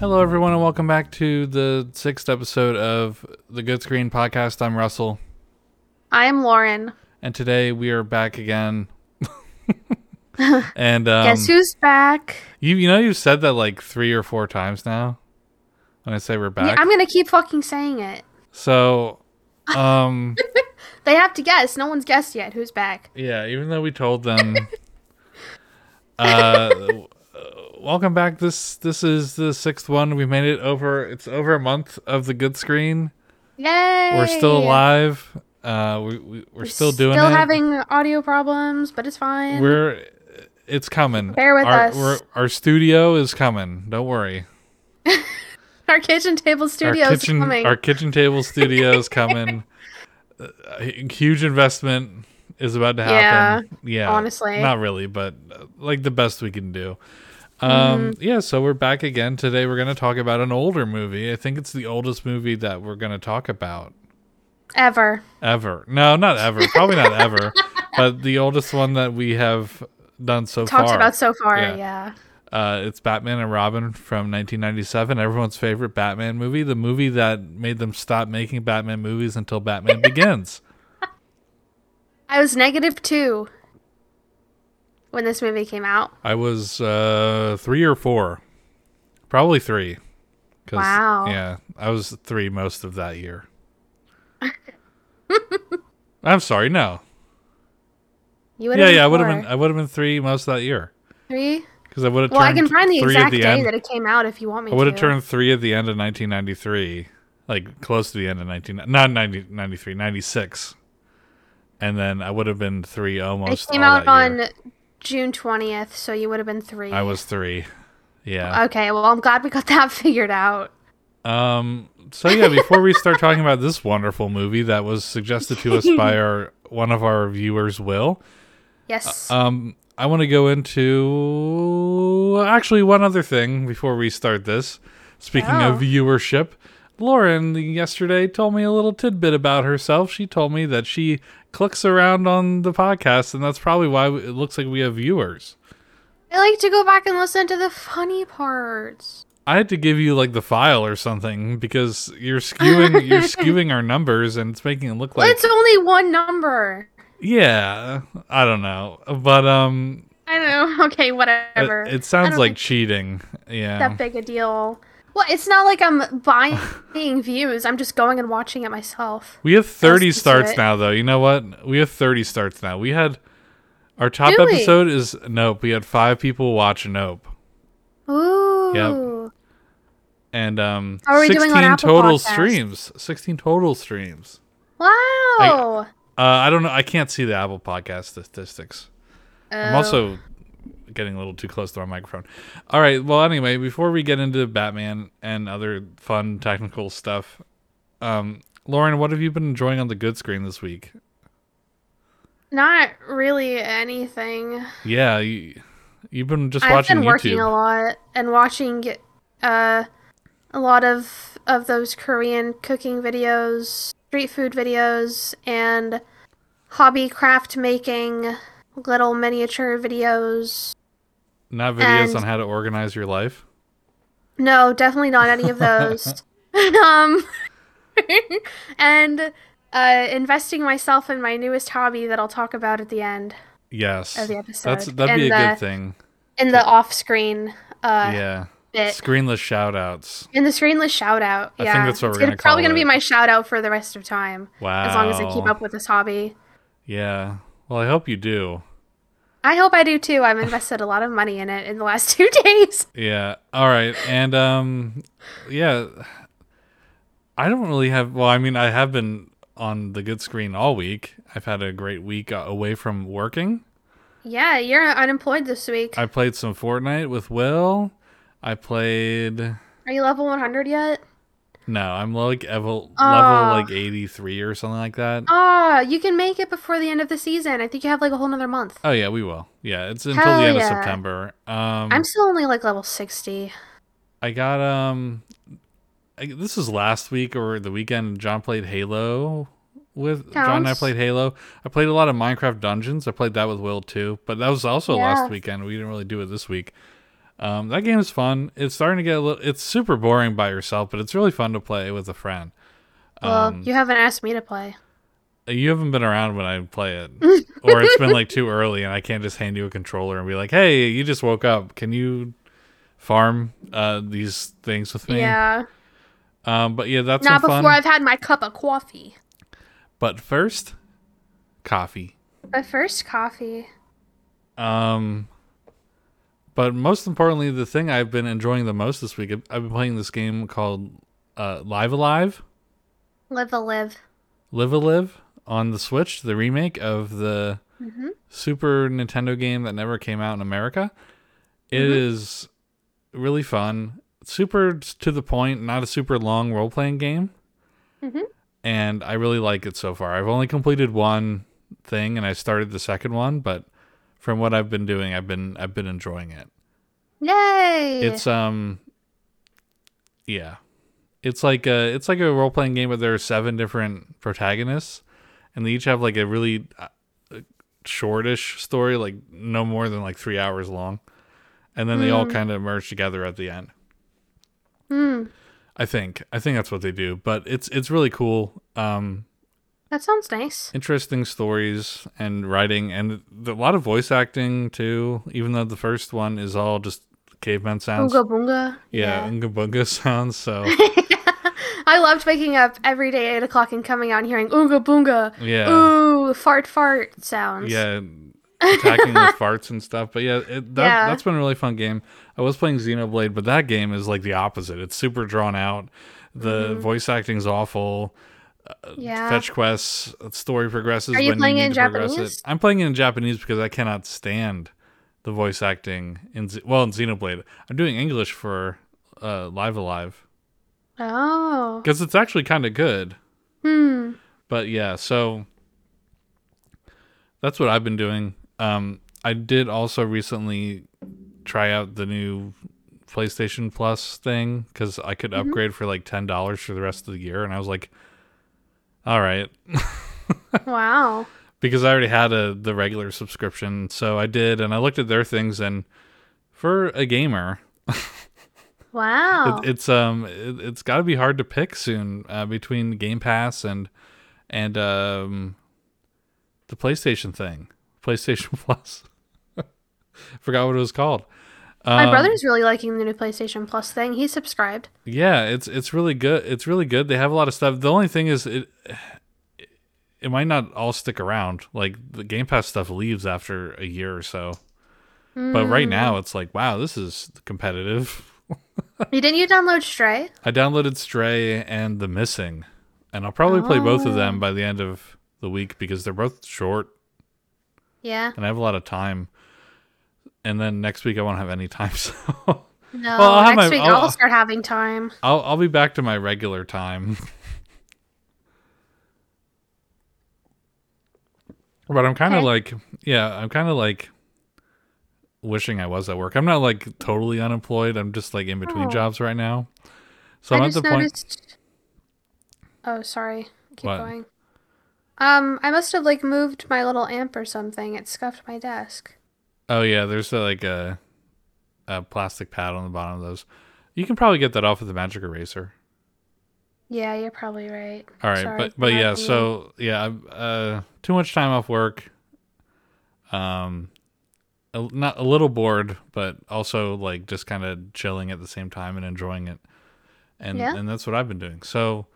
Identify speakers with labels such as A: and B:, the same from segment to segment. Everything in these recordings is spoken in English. A: Hello, everyone, and welcome back to the sixth episode of the Good Screen Podcast. I'm Russell,
B: I'm Lauren.
A: and today we are back again. and um,
B: Guess who's back?
A: you you know you've said that like three or four times now. When I say we're
B: Yeah,
A: back,
B: I'm gonna keep fucking saying it.
A: so um
B: They have to guess. No one's guessed yet who's back.
A: yeah, even though we told them, uh, w- uh, welcome back. This this is the sixth one. We made it over. It's over a month of the Good Screen.
B: Yay!
A: We're still alive. Uh, we, we we're still doing
B: Still
A: it.
B: having audio problems, but it's fine.
A: We're it's coming.
B: Bear with
A: our,
B: us.
A: We're, our studio is coming. Don't worry.
B: our kitchen table studio
A: our
B: is
A: kitchen
B: coming.
A: our kitchen table studio is coming. Uh, a huge investment is about to happen. Yeah.
B: honestly.
A: Not really, but uh, like the best we can do. Um
B: Mm-hmm.
A: yeah, so we're back again today. We're going to talk about an older movie. I think it's the oldest movie that we're going to talk about
B: Ever.
A: ever. No, not ever. Probably not ever. But the oldest one that we have done so
B: Talked
A: far.
B: about so far,
A: Yeah.
B: yeah.
A: Uh, it's Batman and Robin from 1997, everyone's favorite Batman movie, the movie that made them stop making Batman movies until Batman Begins.
B: I was negative two when this movie came out.
A: I was uh, three or four, probably three. 'Cause,
B: Wow.
A: Yeah, I was three most of that year. I'm sorry, no.
B: You would
A: yeah,
B: have
A: yeah, I
B: would
A: would have been, I would have been three most of that year
B: three.
A: because I would have.
B: Well, I can find the
A: three
B: exact
A: at the
B: day
A: end.
B: that it came out if you want me
A: I
B: to.
A: would have turned three at the end of 1993, like close to the end of 19, not 90, 93, 96. And then I would have been three
B: It
A: almost.
B: came
A: all
B: out
A: that
B: on
A: year.
B: June twentieth, so you would have been three.
A: I was three. Yeah.
B: Okay, well, I'm glad we got that figured out.
A: Um. So yeah, before we start talking about this wonderful movie that was suggested to us by our one of our viewers, Will.
B: Yes.
A: Um. I want to go into actually one other thing before we start this. Speaking
B: Oh.
A: of viewership, Lauren yesterday told me a little tidbit about herself. She told me that she clicks around on the podcast, and that's probably why it looks like we have viewers.
B: I like to go back and listen to the funny parts.
A: I had to give you like the file or something because you're skewing you're skewing our numbers, and it's making it look
B: Well,
A: like
B: it's only one number.
A: yeah. I don't know, but um,
B: I don't know. Okay,
A: it,
B: whatever.
A: it
B: I
A: sounds
B: don't
A: like
B: think
A: cheating. Yeah,
B: it's that big a deal. Well, it's not like I'm buying views. I'm just going and watching it myself.
A: We have 30
B: That's
A: starts
B: it.
A: now, though. You know what? We have 30 starts now. We had our top
B: Do we?
A: episode is Nope. We had five people watch Nope,
B: Ooh.
A: and um,
B: How are we doing on
A: 16
B: Apple
A: total
B: Podcasts?
A: streams. 16 total streams.
B: Wow.
A: Uh, I don't know. I can't see the Apple Podcast statistics. I'm
B: Oh.
A: also getting a little too close to my microphone. All right. Well, anyway, before we get into Batman and other fun technical stuff, um, Lauren, what have you been enjoying on the good screen this week?
B: not really anything.
A: Yeah, you, you've been just
B: I've
A: watching
B: been working
A: YouTube.
B: a lot and watching uh, a lot of of those Korean cooking videos, street food videos, and hobby craft making little miniature videos.
A: Not videos
B: And-
A: on how to organize your life.
B: No, definitely not any of those. um, and uh, investing myself in my newest hobby that I'll talk about at the end
A: Yes,
B: of Oh, the episode.
A: that's that'd be a
B: and
A: good
B: the,
A: thing.
B: In the off screen uh,
A: yeah,
B: bit.
A: screenless shout outs.
B: In the screenless shout out.
A: I
B: yeah.
A: think that's what
B: it's
A: we're gonna
B: probably
A: call
B: gonna
A: it.
B: be my shout out for the rest of time.
A: Wow.
B: As long as I keep up with this hobby.
A: Yeah. Well, I hope you do.
B: I hope I do too. I've invested a lot of money in it in the last two days.
A: Yeah. All right. And um, yeah. I don't really have. Well, I mean, I have been on the good screen all week. I've had a great week uh, away from working.
B: Yeah, you're unemployed this week.
A: I played some Fortnite with Will. I played.
B: Are you level 100 yet?
A: No, I'm like level level
B: Aw.
A: like 83 or something like that.
B: Ah, you can make it before the end of the season. I think you have like a whole nother month.
A: Oh yeah, we will. Yeah, it's until
B: Hell
A: the end of
B: yeah.
A: September. Um,
B: I'm still only like level 60.
A: I got um, I, this is last week or the weekend. John played Halo with John and I
B: Counts.
A: played Halo. I played a lot of Minecraft Dungeons. I played that with Will too, but that was also
B: Yeah.
A: last weekend. We didn't really do it this week. Um, that game is fun. It's starting to get a little. It's super boring by yourself, but it's really fun to play with a friend.
B: Well,
A: um,
B: you haven't asked me to play.
A: You haven't been around when I play it, or it's been like too early, and I can't just hand you a controller and be like, "Hey, you just woke up. Can you farm uh, these things with me?"
B: Yeah.
A: Um, but yeah, that's
B: Not
A: been
B: before
A: fun.
B: I've had my cup of coffee.
A: But first, coffee.
B: My first coffee.
A: Um, but most importantly, the thing I've been enjoying the most this week, I've I've been playing this game called uh, Live Alive,
B: Live a live.
A: Live a Live on the Switch, the remake of the Super Nintendo game that never came out in America. It is really fun, super to the point, not a super long role playing game.
B: Mhm.
A: And I really like it so far. I've only completed one thing and I started the second one, but from what I've been doing, I've been I've been enjoying it.
B: Yay!
A: It's um yeah. It's like a it's like a role playing game but there are seven different protagonists and they each have like a really uh, shortish story like no more than like 3 hours long. And then they all kind of merge together at the end.
B: Hmm.
A: I think. I think that's what they do, but it's it's really cool. Um
B: that sounds nice.
A: interesting stories and writing and a lot of voice acting too, even though the first one is all just caveman sounds.
B: Oonga boonga.
A: Yeah, Unga Bunga sounds so.
B: I loved waking up every day at 8 o'clock and coming out and hearing Oonga boonga.
A: Yeah.
B: Ooh, fart fart sounds.
A: Yeah. Attacking with farts and stuff. But yeah, it, that,
B: Yeah.
A: that's been a really fun game. I was playing Xenoblade, but that game is like the opposite. It's super drawn out. The voice acting's awful.
B: Mm-hmm. Yeah.
A: Fetch quests, story progresses.
B: Are you
A: when
B: playing it
A: need
B: in
A: to progress
B: Japanese?
A: I'm playing it in Japanese because I cannot stand the voice acting in Z- well in Xenoblade. I'm doing English for uh, Live Alive
B: Oh.
A: because it's actually kind of good.
B: Hmm.
A: but yeah so that's what i've been doing um i did also recently try out the new playstation plus thing because i could upgrade for like $10 for the rest of the year and i was like all right
B: Wow.
A: because i already had a the regular subscription so i did and i looked at their things and for a gamer
B: Wow.
A: it, it's um it, it's got to be hard to pick soon uh, between Game Pass and and um the PlayStation thing, PlayStation Plus. Forgot what it was called.
B: My
A: Um,
B: brother's really liking the new PlayStation Plus thing. He subscribed.
A: Yeah, it's it's really good. It's really good. They have a lot of stuff. The only thing is it it might not all stick around. Like the Game Pass stuff leaves after a year or so. But right now it's like, wow, this is competitive.
B: You Didn't you download Stray?
A: I downloaded Stray and The Missing, and I'll probably play both of
B: Oh.
A: them by the end of the week because they're both short
B: Yeah.
A: and I have a lot of time. And then next week I won't have any time, so
B: No.
A: Well, I'll have my-
B: next week
A: I'll-
B: I'll, start having time.
A: I'll I'll be back to my regular time. but I'm kind of
B: Okay.
A: like, yeah, I'm kind of like wishing I was at work. I'm not like totally unemployed. I'm just like in between
B: Oh.
A: jobs right now. So
B: I
A: I'm at
B: just
A: the point.
B: noticed. Oh, sorry. Keep
A: What?
B: going. Um, I must have like moved my little amp or something. It scuffed my desk.
A: Oh yeah, there's uh like a a plastic pad on the bottom of those. You can probably get that off with a magic eraser.
B: Yeah, you're probably right.
A: All right,
B: Sorry
A: but
B: for
A: but
B: not
A: yeah,
B: being-
A: so yeah, I'm, uh, too much time off work. Um, a, not a little bored, but also like just kind of chilling at the same time and enjoying it, and
B: Yeah.
A: and that's what I've been doing. So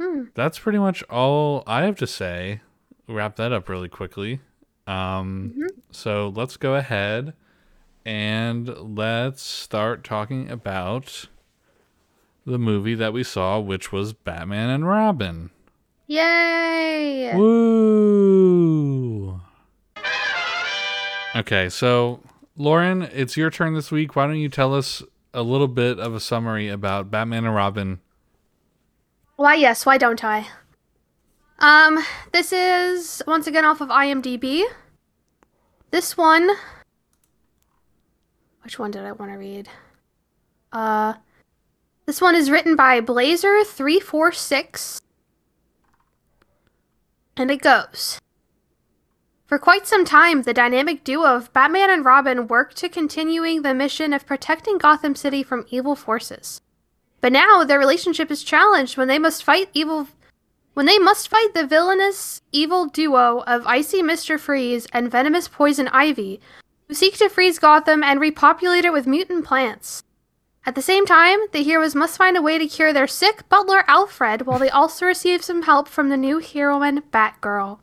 B: Hmm.
A: that's pretty much all I have to say. Wrap that up really quickly. Um,
B: Mm-hmm.
A: So let's go ahead and let's start talking about the movie that we saw, which was Batman and Robin.
B: Yay!
A: Woo! Okay, so Lauren, it's your turn this week. Why don't you tell us a little bit of a summary about Batman and Robin?
B: Why, yes, why don't I? Um, this is once again off of IMDb. This one. Which one did I want to read? Uh, this one is written by Blazer346. And it goes. For quite some time, the dynamic duo of Batman and Robin worked to continuing the mission of protecting Gotham City from evil forces. But now their relationship is challenged when they must fight evil when they must fight the villainous evil duo of Icy Mr. Freeze and Venomous Poison Ivy, who seek to freeze Gotham and repopulate it with mutant plants. At the same time, the heroes must find a way to cure their sick butler Alfred while they also receive some help from the new heroine Batgirl.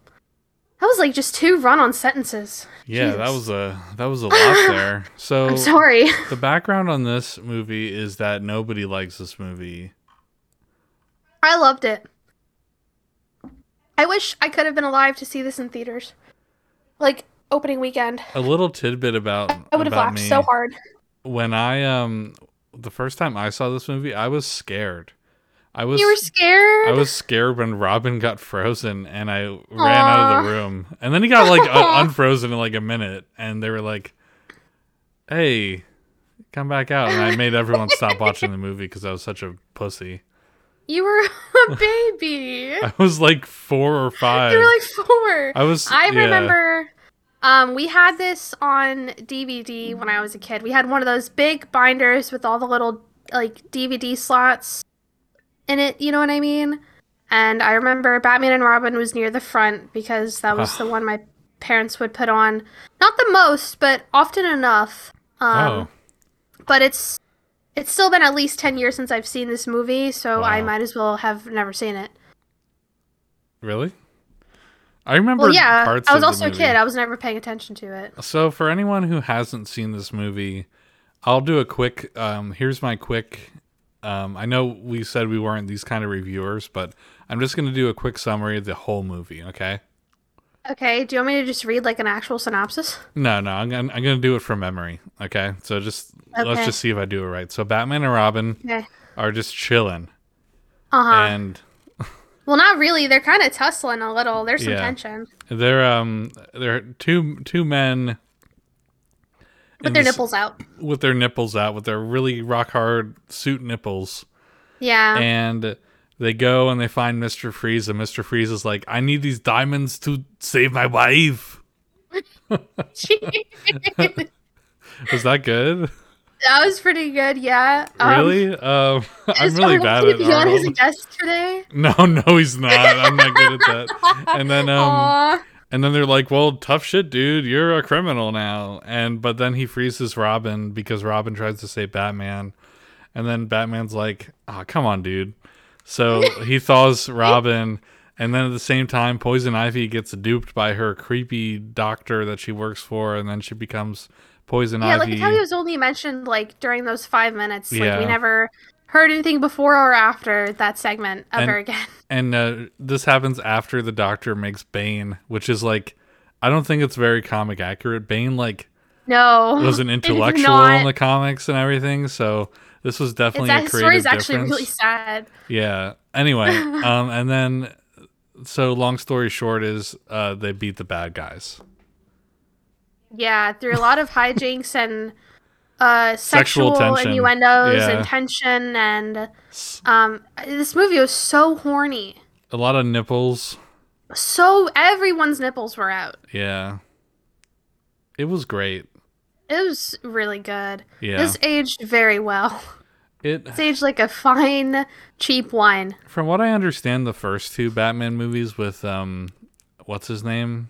B: That was like just two run-on sentences.
A: Yeah, that
B: Jesus.
A: was a that was a lot there. So
B: I'm sorry.
A: the background on this movie is that nobody likes this movie.
B: I loved it. I wish I could have been alive to see this in theaters. Like opening weekend.
A: A little tidbit about
B: I would have
A: about
B: laughed
A: me.
B: so hard.
A: when I um the first time I saw this movie, I was scared. I was
B: You were scared?
A: I was scared when Robin got frozen and I ran out of the room. And then he got like un- unfrozen in like a minute and they were like, "Hey, come back out." And I made everyone stop watching the movie cuz I was such a pussy.
B: You were a baby.
A: I was like 4 or 5.
B: you were like four.
A: I was
B: I
A: yeah.
B: remember um, we had this on DVD when I was a kid. We had one of those big binders with all the little like DVD slots in it, you know what I mean? And I remember Batman and Robin was near the front because that was
A: Ah.
B: the one my parents would put on. Not the most, but often enough. Um,
A: Oh.
B: But it's it's still been at least 10 years since I've seen this movie, so I
A: Wow.
B: might as well have never seen it.
A: Really? I remember
B: Well, yeah,
A: parts
B: I was
A: of the
B: also a
A: movie.
B: kid. I was never paying attention to it.
A: So for anyone who hasn't seen this movie, I'll do a quick. Um, here's my quick. Um, I know we said we weren't these kind of reviewers, but I'm just gonna do a quick summary of the whole movie. Okay?
B: Okay, do you want me to just read like an actual synopsis?
A: No, no, I'm gonna, I'm gonna do it from memory. Okay? So just let's
B: Okay.
A: just see if I do it right. So Batman and Robin
B: Okay.
A: are just chilling,
B: Uh huh.
A: and
B: well, not really. They're kind of tussling a little. There's some
A: Yeah.
B: tension,
A: they're um they're two two men
B: with
A: in
B: their
A: this-
B: nipples out.
A: with their nipples out with their really rock hard suit nipples.
B: Yeah.
A: and they go and they find Mr. Freeze, and Mr. Freeze is like, "I need these diamonds to save my wife."
B: that
A: Was that good?
B: was pretty good. Yeah.
A: really? Um, I'm
B: is
A: really
B: Arnold
A: bad
B: gonna
A: at
B: be on his
A: Arnold.
B: desk today.
A: No, no, he's not. I'm not good at that. And then, um,
B: Aw.
A: and then they're like, "Well, tough shit, dude. You're a criminal now." And but then he freezes Robin because Robin tries to save Batman, and then Batman's like, "Ah, come on, dude." So he thaws Robin, and then at the same time, Poison Ivy gets duped by her creepy doctor that she works for, and then she becomes Poison
B: Yeah,
A: Ivy.
B: like how he was only mentioned like during those five minutes. Like
A: Yeah.
B: we never heard anything before or after that segment ever
A: And-
B: again.
A: and uh, this happens after the doctor makes Bane, which is like, I don't think it's very comic accurate. Bane like
B: No.
A: was an
B: It is
A: intellectual
B: not.
A: in the comics and everything, so this was
B: It's,
A: definitely a
B: that
A: creative
B: story's
A: difference.
B: actually really sad.
A: yeah. Anyway, um, and then so long story short is uh, they beat the bad guys.
B: Yeah, through a lot of hijinks and uh,
A: Sexual
B: sexual,
A: tension.
B: innuendos
A: Yeah.
B: and tension, and
A: S-
B: um, this movie was so horny.
A: A lot of nipples.
B: So everyone's nipples were out.
A: Yeah. It was great.
B: It was really good.
A: Yeah.
B: This aged very well.
A: it
B: It's aged like a fine, cheap wine.
A: from what I understand, the first two Batman movies with um, what's his name?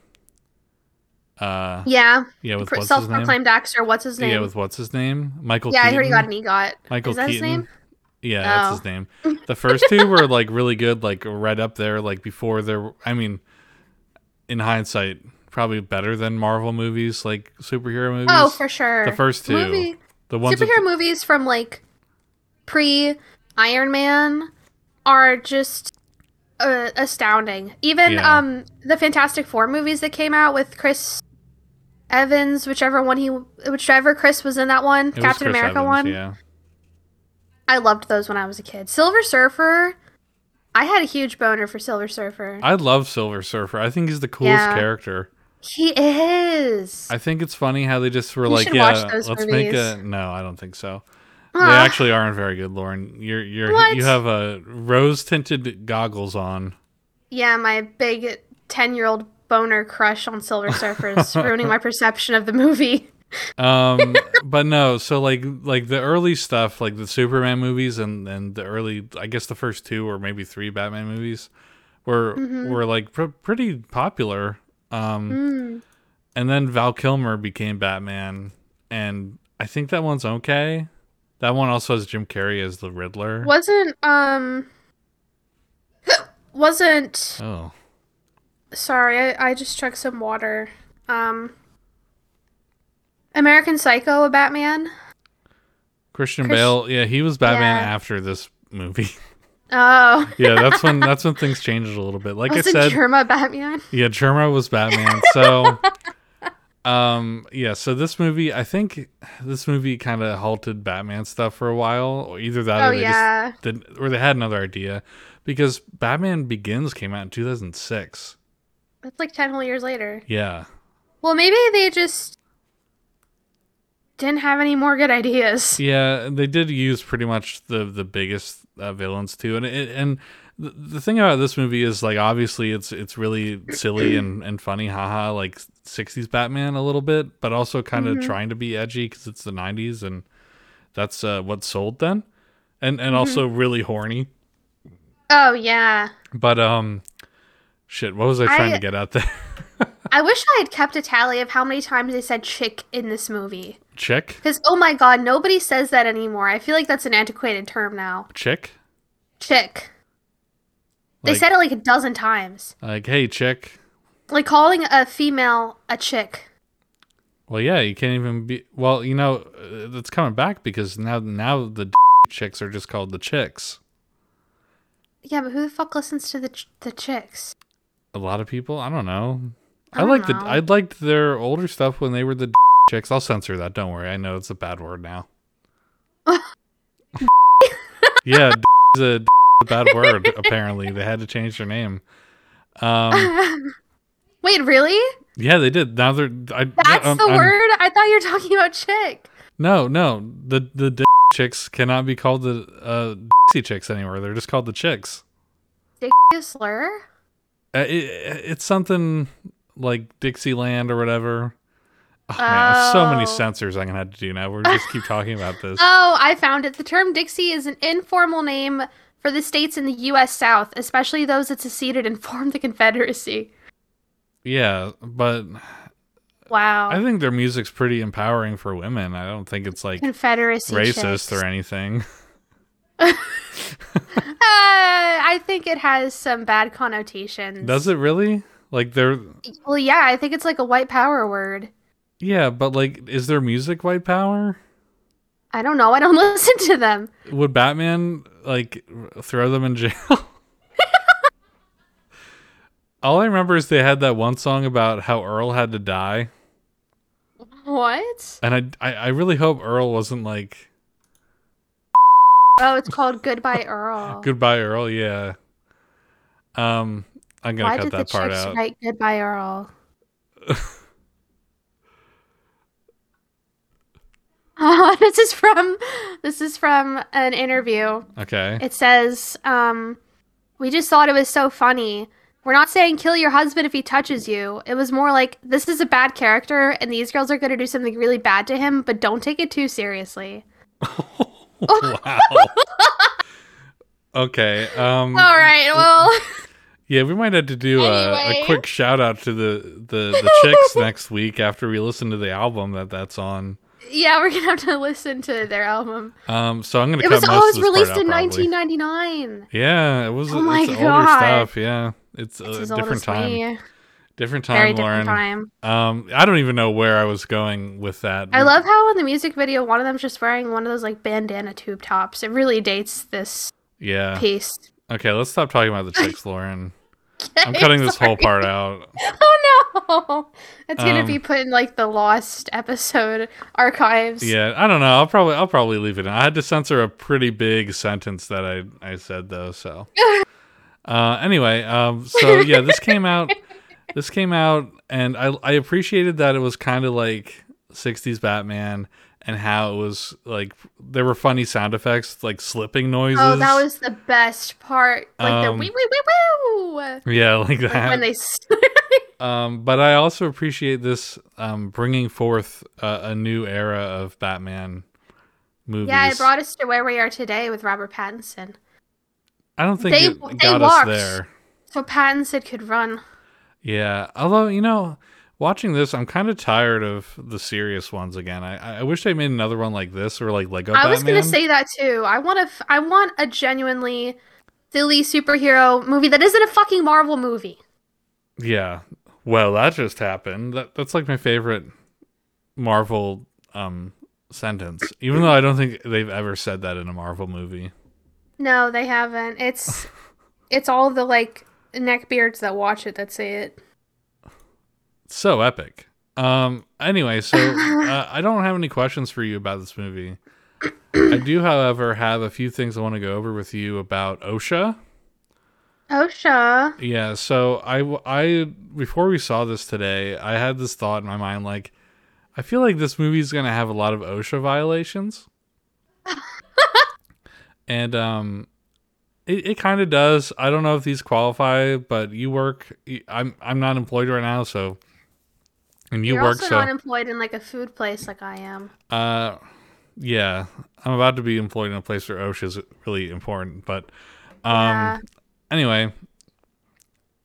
A: Uh,
B: Yeah,
A: yeah, with
B: pr-
A: what's his name?
B: self-proclaimed actor. What's his name?
A: Yeah, with what's his name? Michael.
B: Yeah, I
A: Keaton.
B: heard he got an E EGOT.
A: Michael
B: Is that
A: Keaton.
B: his name? Oh.
A: Yeah, that's his name. The first two were like really good, like right up there, like before there. I mean, in hindsight, probably better than Marvel movies, like superhero movies.
B: Oh, for sure.
A: the first two,
B: Movie.
A: the ones with
B: superhero movies from like pre Iron Man are just uh, astounding. Even
A: Yeah.
B: um the Fantastic Four movies that came out with Chris Evans, whichever one he whichever Chris was in that one,
A: it was
B: Captain
A: Chris
B: America
A: Evans,
B: one.
A: Yeah,
B: I loved those when I was a kid. Silver Surfer, I had a huge boner for Silver Surfer.
A: I love Silver Surfer. I think he's the coolest
B: Yeah.
A: character.
B: he is.
A: I think it's funny how they just were
B: You
A: like,
B: should
A: yeah,
B: watch those
A: let's make
B: movies.
A: a. No, I don't think so. They
B: Ah,
A: actually aren't very good, Lauren. You're you're
B: What?
A: you have a rose tinted goggles on.
B: yeah, my big ten year old boner crush on Silver Surfers, ruining my perception of the movie.
A: Um, but no, so like like the early stuff, like the Superman movies and and the early, I guess the first two or maybe three Batman movies were
B: Mm-hmm.
A: were like pr- pretty popular. Um, and then Val Kilmer became Batman, and I think that one's okay. That one also has Jim Carrey as the Riddler.
B: Wasn't um wasn't
A: Oh,
B: sorry, I, I just chugged some water. Um American Psycho a Batman?
A: Christian
B: Chris-
A: Bale. Yeah, he was Batman
B: Yeah.
A: after this movie.
B: Oh.
A: yeah, that's when that's when things changed a little bit. Like I
B: wasn't
A: said,
B: Germa Batman?
A: Yeah, Germa was Batman. So, um, yeah. So this movie, I think this movie kind of halted Batman stuff for a while. Or either that,
B: Oh
A: or they
B: yeah.
A: just did, or they had another idea, because Batman Begins came out in two thousand six.
B: That's like ten whole years later.
A: Yeah,
B: Well maybe they just didn't have any more good ideas.
A: yeah. and They did use pretty much the the biggest uh, villains too, and it, and the, the thing about this movie is like obviously it's it's really silly and and funny, haha, like sixties Batman a little bit, but also kind of
B: Mhm.
A: trying to be edgy because it's the nineties and that's uh, what sold then, and
B: Mm-hmm.
A: and also really horny.
B: Oh yeah.
A: But um, shit, what was I trying
B: I-
A: to get at there?
B: I wish I had kept a tally of how many times they said chick in this movie.
A: chick,
B: Because oh my god, nobody says that anymore. I feel like that's an antiquated term now.
A: chick.
B: Chick. They
A: Like,
B: said it like a dozen times.
A: like, hey, chick.
B: Like calling a female a chick.
A: Well, yeah, you can't even be. Well, you know, uh, it's coming back because now now the d- chicks are just called the chicks.
B: Yeah, but who the fuck listens to the ch- the chicks?
A: A lot of people, I don't know. I,
B: I don't
A: liked the
B: know.
A: I liked their older stuff when they were the d- chicks. I'll censor that. Don't worry. I know it's a bad word now. yeah, d- is a, d- a bad word. Apparently, they had to change their name. Um,
B: Wait, really?
A: yeah, they did. Now they're. I,
B: That's
A: I'm-
B: the
A: I'm-
B: word? I thought you were talking about chick.
A: No, no. The the d- chicks cannot be called the uh d- chicks anymore. They're just called the chicks.
B: Dick is a slur?
A: Uh, it, it's something like Dixieland or whatever. Oh, man, there's so many
B: Oh.
A: censors I'm gonna have to do now. We're just keep talking about this.
B: Oh, I found it. The term Dixie is an informal name for the states in the U.S. South, especially those that seceded and formed the Confederacy.
A: Yeah, but
B: Wow.
A: I think their music's pretty empowering for women. I don't think it's like
B: Confederacy.
A: racist
B: chicks.
A: or anything.
B: Uh, I think it has some bad connotations.
A: Does it really? Like they're
B: Well, yeah, I think it's like a white power word.
A: yeah, but like is their music white power?
B: I don't know. I don't listen to them.
A: Would Batman like throw them in jail? All I remember is they had that one song about how Earl had to die,
B: What?
A: and I I, I really hope Earl wasn't like
B: Oh, it's called Goodbye Earl.
A: goodbye Earl. Yeah. Um, I'm gonna
B: Why
A: cut
B: did the
A: that part
B: chicks
A: out.
B: write Goodbye Earl? oh, this is from this is from an interview.
A: Okay.
B: It says, um, "We just thought it was so funny. We're not saying kill your husband if he touches you. It was more like this is a bad character, and these girls are going to do something really bad to him. But don't take it too seriously."
A: wow. okay. Um.
B: All right. Well,
A: Yeah, we might have to do a, a
B: Anyway.
A: quick shout out to the the, the chicks next week after we listen to the album that that's on.
B: yeah, we're gonna have to listen to their album.
A: Um, so I'm gonna.
B: It
A: cut
B: was
A: most
B: oh, it was
A: of this part
B: released
A: out,
B: in
A: probably.
B: 1999.
A: Yeah, it was.
B: Oh my
A: it's older
B: God.
A: stuff. Yeah, it's
B: It's
A: a
B: as old
A: Uh, different
B: as
A: time.
B: me.
A: Different time,
B: Very
A: Lauren.
B: different time.
A: Um, I don't even know where I was going with that.
B: I love how in the music video, one of them's just wearing one of those like bandana tube tops. It really dates this
A: Yeah.
B: piece.
A: Okay, let's stop talking about the chicks, Lauren. I'm cutting this whole
B: Sorry.
A: part out.
B: Oh no! That's gonna
A: Um,
B: be put in like the lost episode archives.
A: Yeah, I don't know. I'll probably I'll probably leave it. In. I had to censor a pretty big sentence that I I said though. So uh, anyway, um, so yeah, this came out. This came out, and I I appreciated that it was kind of like '60s Batman, and how it was like there were funny sound effects like slipping noises.
B: Oh, that was the best part. Like
A: Um,
B: the wee wee wee woo.
A: yeah, like
B: Like,
A: that.
B: when they s-
A: Um, but I also appreciate this um, bringing forth uh, a new era of Batman movies.
B: Yeah, it brought us to where we are today with Robert Pattinson.
A: I don't think
B: they-
A: it
B: they
A: got us
B: walked.
A: there.
B: So Pattinson could run.
A: Yeah. Although, you know, watching this, I'm kind of tired of the serious ones again. I, I wish they made another one like this or like Lego
B: I
A: Batman.
B: was gonna say that too. I want a f- I want a genuinely silly superhero movie that isn't a fucking Marvel movie.
A: Yeah. Well, that just happened. That, that's like my favorite Marvel um, sentence, even though I don't think they've ever said that in a Marvel movie.
B: No, they haven't. It's it's all the like neckbeards that watch it that say it.
A: so epic. Um. Anyway, so uh, I don't have any questions for you about this movie. I do, however, have a few things I want to go over with you about OSHA.
B: Oh, OSHA.
A: Yeah. So I, w- I, before we saw this today, I had this thought in my mind, like, I feel like this movie is gonna have a lot of OSHA violations. and um, it, it kind of does. I don't know if these qualify, but you work. y- I'm I'm not employed right now, so. And you
B: You're
A: work
B: also
A: so.
B: not employed in like a food place like I am.
A: Uh, yeah, I'm about to be employed in a place where OSHA is really important. But um,
B: Yeah.
A: anyway,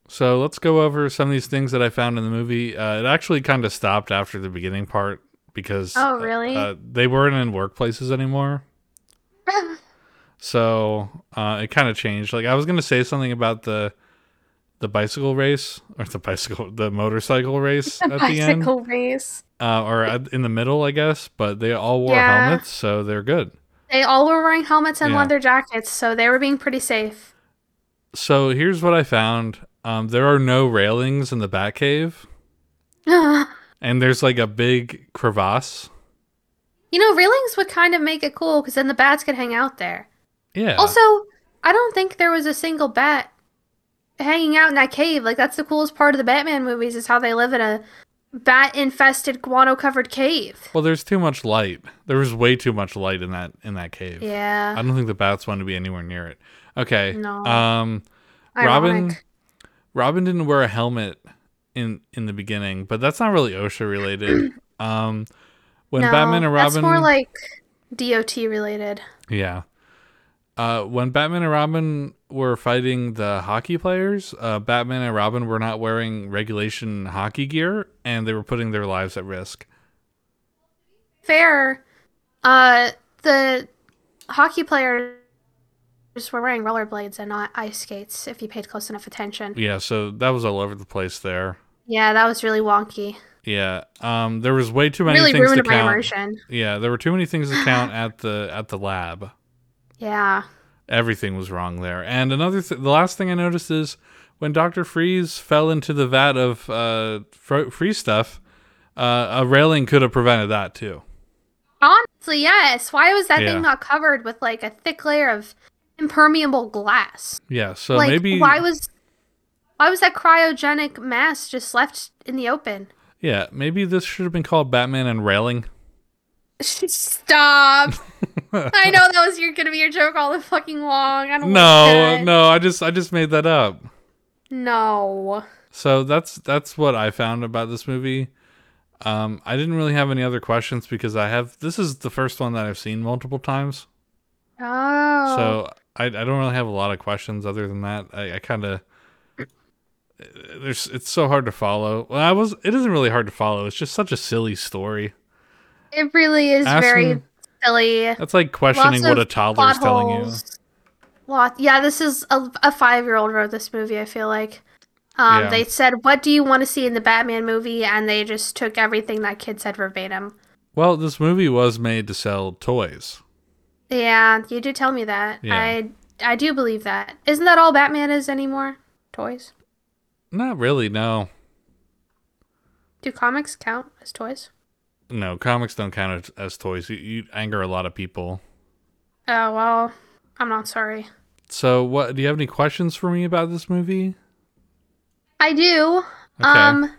A: so let's go over some of these things that I found in the movie. Uh, it actually kind of stopped after the beginning part because uh,
B: Oh, really?
A: uh, they weren't in workplaces anymore. So uh, it kind of changed. Like I was gonna say something about the the bicycle race or the bicycle the motorcycle race at the end
B: Bicycle race.
A: uh, or at- in the middle, I guess. But they all wore
B: Yeah.
A: helmets, so they're good.
B: They all were wearing helmets and
A: Yeah.
B: leather jackets, so they were being pretty safe.
A: So here's what I found: um, there are no railings in the Batcave,
B: you
A: and there's like a big crevasse.
B: know, railings would kind of make it cool because then the bats could hang out there.
A: Yeah.
B: Also, I don't think there was a single bat hanging out in that cave. Like that's the coolest part of the Batman movies is how they live in a bat-infested, guano-covered cave.
A: well, there's too much light. There was way too much light in that in that cave. I
B: Yeah.
A: don't think the bats wanted to be anywhere near it. Okay.
B: No.
A: Um, Robin
B: Ironic.
A: Robin didn't wear a helmet in in the beginning, but that's not really OSHA related. um, when
B: No,
A: Batman and Robin
B: That's more like DOT related.
A: Yeah. Uh, when Batman and Robin were fighting the hockey players, uh, Batman and Robin were not wearing regulation hockey gear and they were putting their lives at risk.
B: Fair. Uh, the hockey players were wearing rollerblades and not ice skates. If you paid close enough attention.
A: Yeah, so that was all over the place there.
B: Yeah, that was really wonky.
A: Yeah. Um, there was way too many
B: Really
A: things to
B: ruined my
A: count.
B: immersion.
A: Yeah, there were too many things to count at the at the lab.
B: Yeah.
A: Everything was wrong there. And another th- the last thing I noticed is when Dr. Freeze fell into the vat of uh, fro- free stuff, uh, a railing could have prevented that too.
B: Honestly, yes. Why was that
A: Yeah.
B: thing not covered with like a thick layer of impermeable glass?
A: Yeah, so
B: like
A: maybe
B: why was why was that cryogenic mass just left in the open?
A: yeah, maybe this should have been called Batman and Railing.
B: Stop. I know that was your, gonna be your joke all the fucking long. I don't
A: No,
B: like that.
A: no, I just I just made that up.
B: No.
A: So that's that's what I found about this movie. Um, I didn't really have any other questions because I have this is the first one that I've seen multiple times.
B: Oh.
A: So I I don't really have a lot of questions other than that. I, I kind of there's it's so hard to follow. Well, I was it isn't really hard to follow. It's just such a silly story.
B: it really is
A: Ask
B: very
A: me-
B: silly.
A: That's like questioning
B: Lots
A: what
B: of
A: a toddler
B: Plot
A: is telling you.
B: holes. Lot. Yeah, this is a, a five year old wrote this movie. I feel like. Um,
A: Yeah.
B: They said, "What do you want to see in the Batman movie?" and they just took everything that kid said verbatim.
A: Well, this movie was made to sell toys.
B: Yeah, you do tell me that.
A: Yeah.
B: I I do believe that. Isn't that all Batman is anymore? Toys.
A: Not really, no.
B: Do comics count as toys?
A: No, comics don't count as, as toys. You, you anger a lot of people.
B: Oh well, I'm not sorry.
A: So, what do you have any questions for me about this movie?
B: I do.
A: Okay.
B: Um,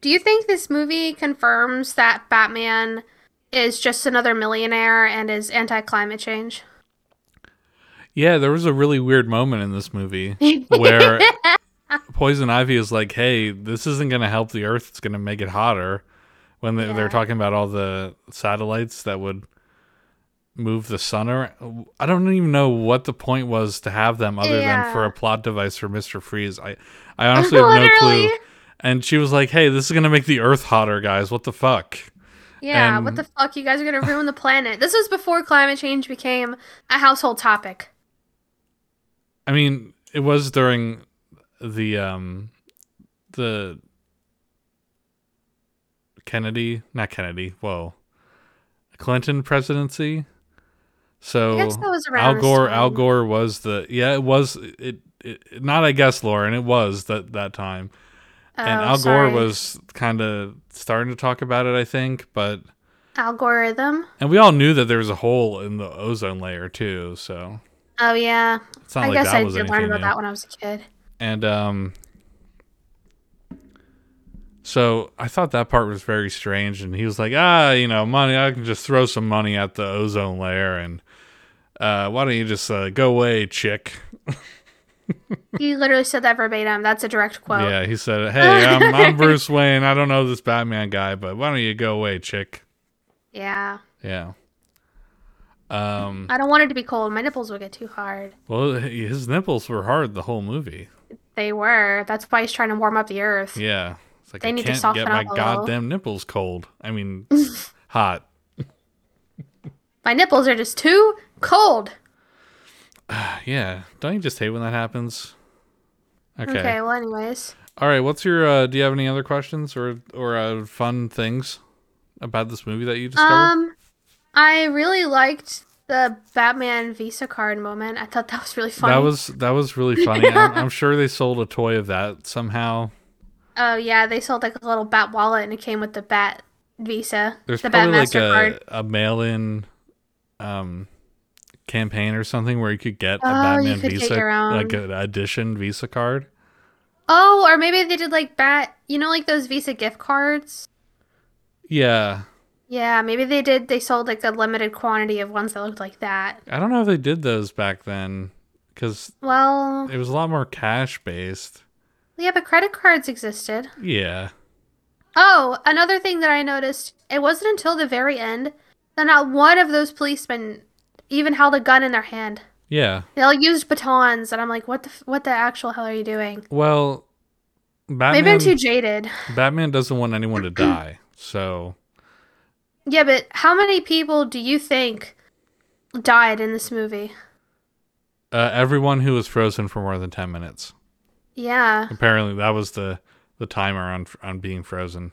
B: do you think this movie confirms that Batman is just another millionaire and is anti climate change?
A: yeah, there was a really weird moment in this movie where Poison Ivy is like, hey, this isn't going to help the Earth. It's going to make it hotter. When they,
B: Yeah.
A: they're talking about all the satellites that would move the sun around. I don't even know what the point was to have them other than for
B: Yeah.
A: a plot device for Mr. Freeze. I, I honestly have no clue.
B: Literally.
A: And she was like, hey, this is going to make the Earth hotter, guys. What the fuck?
B: Yeah,
A: And-
B: what the fuck? You guys are gonna ruin the planet. This was before climate change became a household topic.
A: I mean, it was during the um the Kennedy, not Kennedy. Whoa, Clinton presidency. So
B: I guess that was around.
A: Al
B: this
A: Gore, Al
B: time.
A: Gore was the yeah, it was it, it not I guess Lauren, it was that that time. and
B: Oh,
A: Al
B: sorry.
A: Gore was kind of starting to talk about it, I think, but
B: algorithm.
A: and we all knew that there was a hole in the ozone layer too, so
B: Oh yeah,
A: it's not
B: I
A: like
B: guess
A: that
B: I
A: was
B: did
A: anything
B: learn about
A: new.
B: that when I was a kid.
A: And um so I thought that part was very strange and he was like, "Ah, you know, money, I can just throw some money at the ozone layer and uh why don't you just uh, go away, chick?"
B: He literally said that verbatim. That's a direct quote.
A: Yeah, he said, "Hey, I'm, I'm Bruce Wayne. I don't know this Batman guy, but why don't you go away, chick?"
B: Yeah.
A: Yeah. Um
B: I don't want it to be cold. My nipples will get too hard.
A: well, his nipples were hard the whole movie.
B: They were. That's why he's trying to warm up the earth.
A: Yeah. It's like
B: They
A: I
B: need to
A: can't
B: soften
A: get
B: up
A: my
B: a little.
A: goddamn nipples cold. I mean, hot.
B: My nipples are just too cold.
A: Yeah. Don't you just hate when that happens? Okay.
B: Okay. well, anyways,
A: All right. What's your? Uh, do you have any other questions or or uh, fun things about this movie that you discovered?
B: um, I really liked the Batman Visa card moment. I thought that was really funny.
A: that was that was really funny. I'm, I'm sure they sold a toy of that somehow.
B: Oh yeah, they sold like a little bat wallet, and it came with the bat Visa,
A: There's
B: the bat
A: probably like
B: Mastercard.
A: a, a mail-in um, campaign or something where you could get a
B: Oh, you
A: Batman
B: could get
A: Visa,
B: your own.
A: like an edition Visa card.
B: Oh, or maybe they did like bat, you know, like those Visa gift cards.
A: Yeah.
B: Yeah, maybe they did. They sold like a limited quantity of ones that looked like that.
A: I don't know if they did those back then because
B: Well,
A: it was a lot more cash based.
B: yeah, but credit cards existed.
A: Yeah.
B: Oh, another thing that I noticed, it wasn't until the very end that not one of those policemen even held a gun in their hand.
A: Yeah.
B: They all used batons, and I'm like, what the f- what the actual hell are you doing?
A: Well,
B: They've
A: Batman,
B: been too jaded.
A: Batman doesn't want anyone to die. So
B: Yeah, but how many people do you think died in this movie?
A: uh, everyone who was frozen for more than 10 minutes.
B: Yeah.
A: Apparently, that was the, the timer on, on being frozen.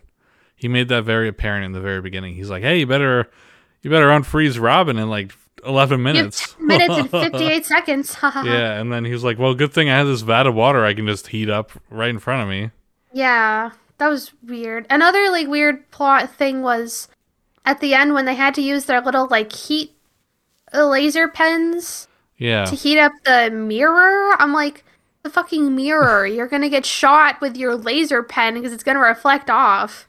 A: He made that very apparent in the very beginning. He's like, hey, you better, you better unfreeze Robin in like 11
B: You have
A: minutes.
B: 10 minutes and 58 seconds. yeah.
A: yeah. And then he was like, well, good thing I have this vat of water I can just heat up right in front of me.
B: Yeah. That was weird. Another like weird plot thing was at the end when they had to use their little like heat uh, laser pens
A: Yeah.
B: to heat up the mirror. I'm like the fucking mirror. You're going to get shot with your laser pen because it's going to reflect off.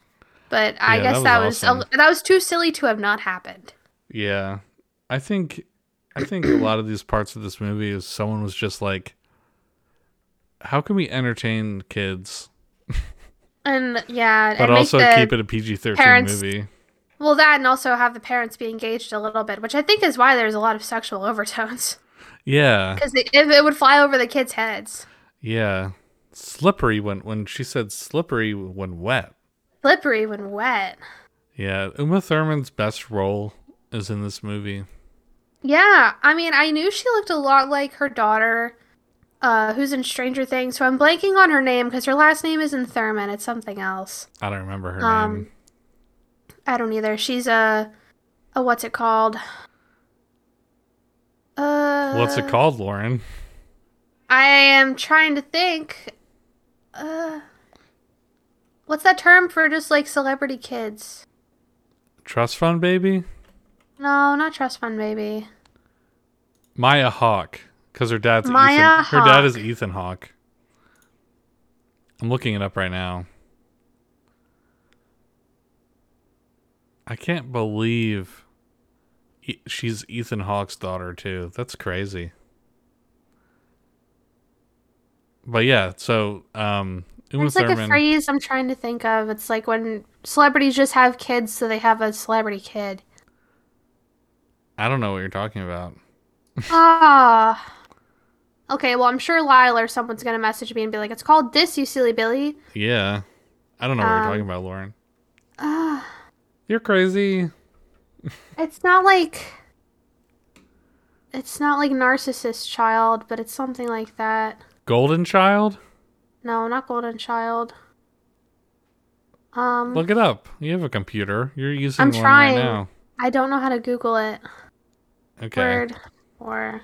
B: But I
A: Yeah,
B: guess
A: that
B: that
A: was
B: was,
A: awesome.
B: that was too silly to have not happened.
A: Yeah. I think I think a lot of these parts of this movie is someone was just like how can we entertain kids
B: And yeah,
A: but
B: and
A: also
B: make the,
A: keep it a PG-13
B: parents-
A: movie?
B: Well, that and also have the parents be engaged a little bit, which I think is why there's a lot of sexual overtones
A: Yeah.
B: because it, it would fly over the kids' heads.
A: Yeah. Slippery when when she said slippery when wet.
B: Slippery when wet.
A: Yeah, Uma Thurman's best role is in this movie.
B: Yeah, I mean, I knew she looked a lot like her daughter, uh, who's in Stranger Things. So I'm blanking on her name because her last name isn't Thurman; it's something else.
A: I don't remember her
B: Um,
A: name.
B: I don't either. She's a, a what's it called? Uh,
A: What's it called, Lauren?
B: I am trying to think. Uh, what's that term for just like celebrity kids?
A: Trust Fund Baby?
B: No, not trust fund baby.
A: Maya Hawk, because her dad's
B: Maya
A: Ethan. Her dad is
B: Hawke.
A: Ethan Hawk. I'm looking it up right now. I can't believe e- she's Ethan Hawke's daughter too. That's crazy. but yeah, so um, Uma
B: It's like a
A: Thurman.
B: phrase I'm trying to think of. It's like when celebrities just have kids, so they have a celebrity kid.
A: I don't know what you're talking about.
B: Ah. Okay, well, I'm sure Lyle or someone's going to message me and be like, it's called this, you silly Billy.
A: Yeah, I don't know what
B: Um,
A: you're talking about, Lauren.
B: Ah.
A: You're crazy.
B: It's not like it's not like narcissist child, but it's something like that.
A: Golden Child.
B: No, not golden child. Um,
A: Look it up. You have a computer. You're using
B: I'm
A: one
B: trying.
A: right now.
B: I don't know how to Google it.
A: Okay.
B: Word or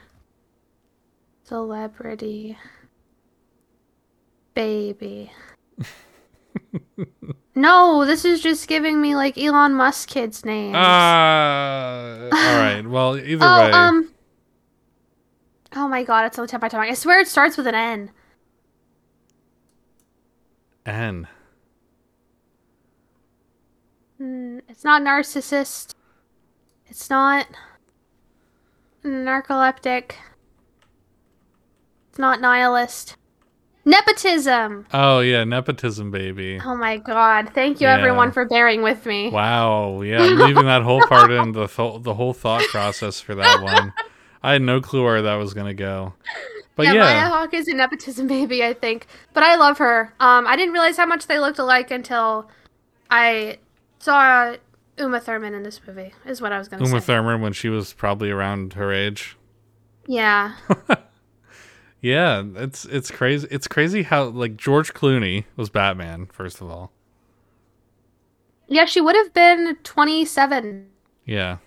B: celebrity baby. no, this is just giving me like Elon Musk kids' names.
A: Uh, all right. Well, Ah, either
B: oh,
A: way.
B: um. Oh my god, it's on the tip of my tongue. I swear it starts with an N.
A: N.
B: Mm, it's not narcissist. It's not narcoleptic. It's not nihilist. Nepotism.
A: Oh yeah, nepotism, baby.
B: Oh my god. Thank you
A: Yeah.
B: everyone for bearing with me.
A: Wow. Yeah, I'm leaving that whole part in the th- the whole thought process for that one. I had no clue where that was gonna go. But yeah,
B: yeah, Maya Hawke is a nepotism baby, I think. But I love her. Um, I didn't realize how much they looked alike until I saw Uma Thurman in this movie. Is what I was gonna
A: Uma
B: say.
A: Thurman when she was probably around her age.
B: yeah.
A: Yeah, it's it's crazy. It's crazy how like George Clooney was Batman first of all.
B: Yeah, she would have been 27.
A: Yeah.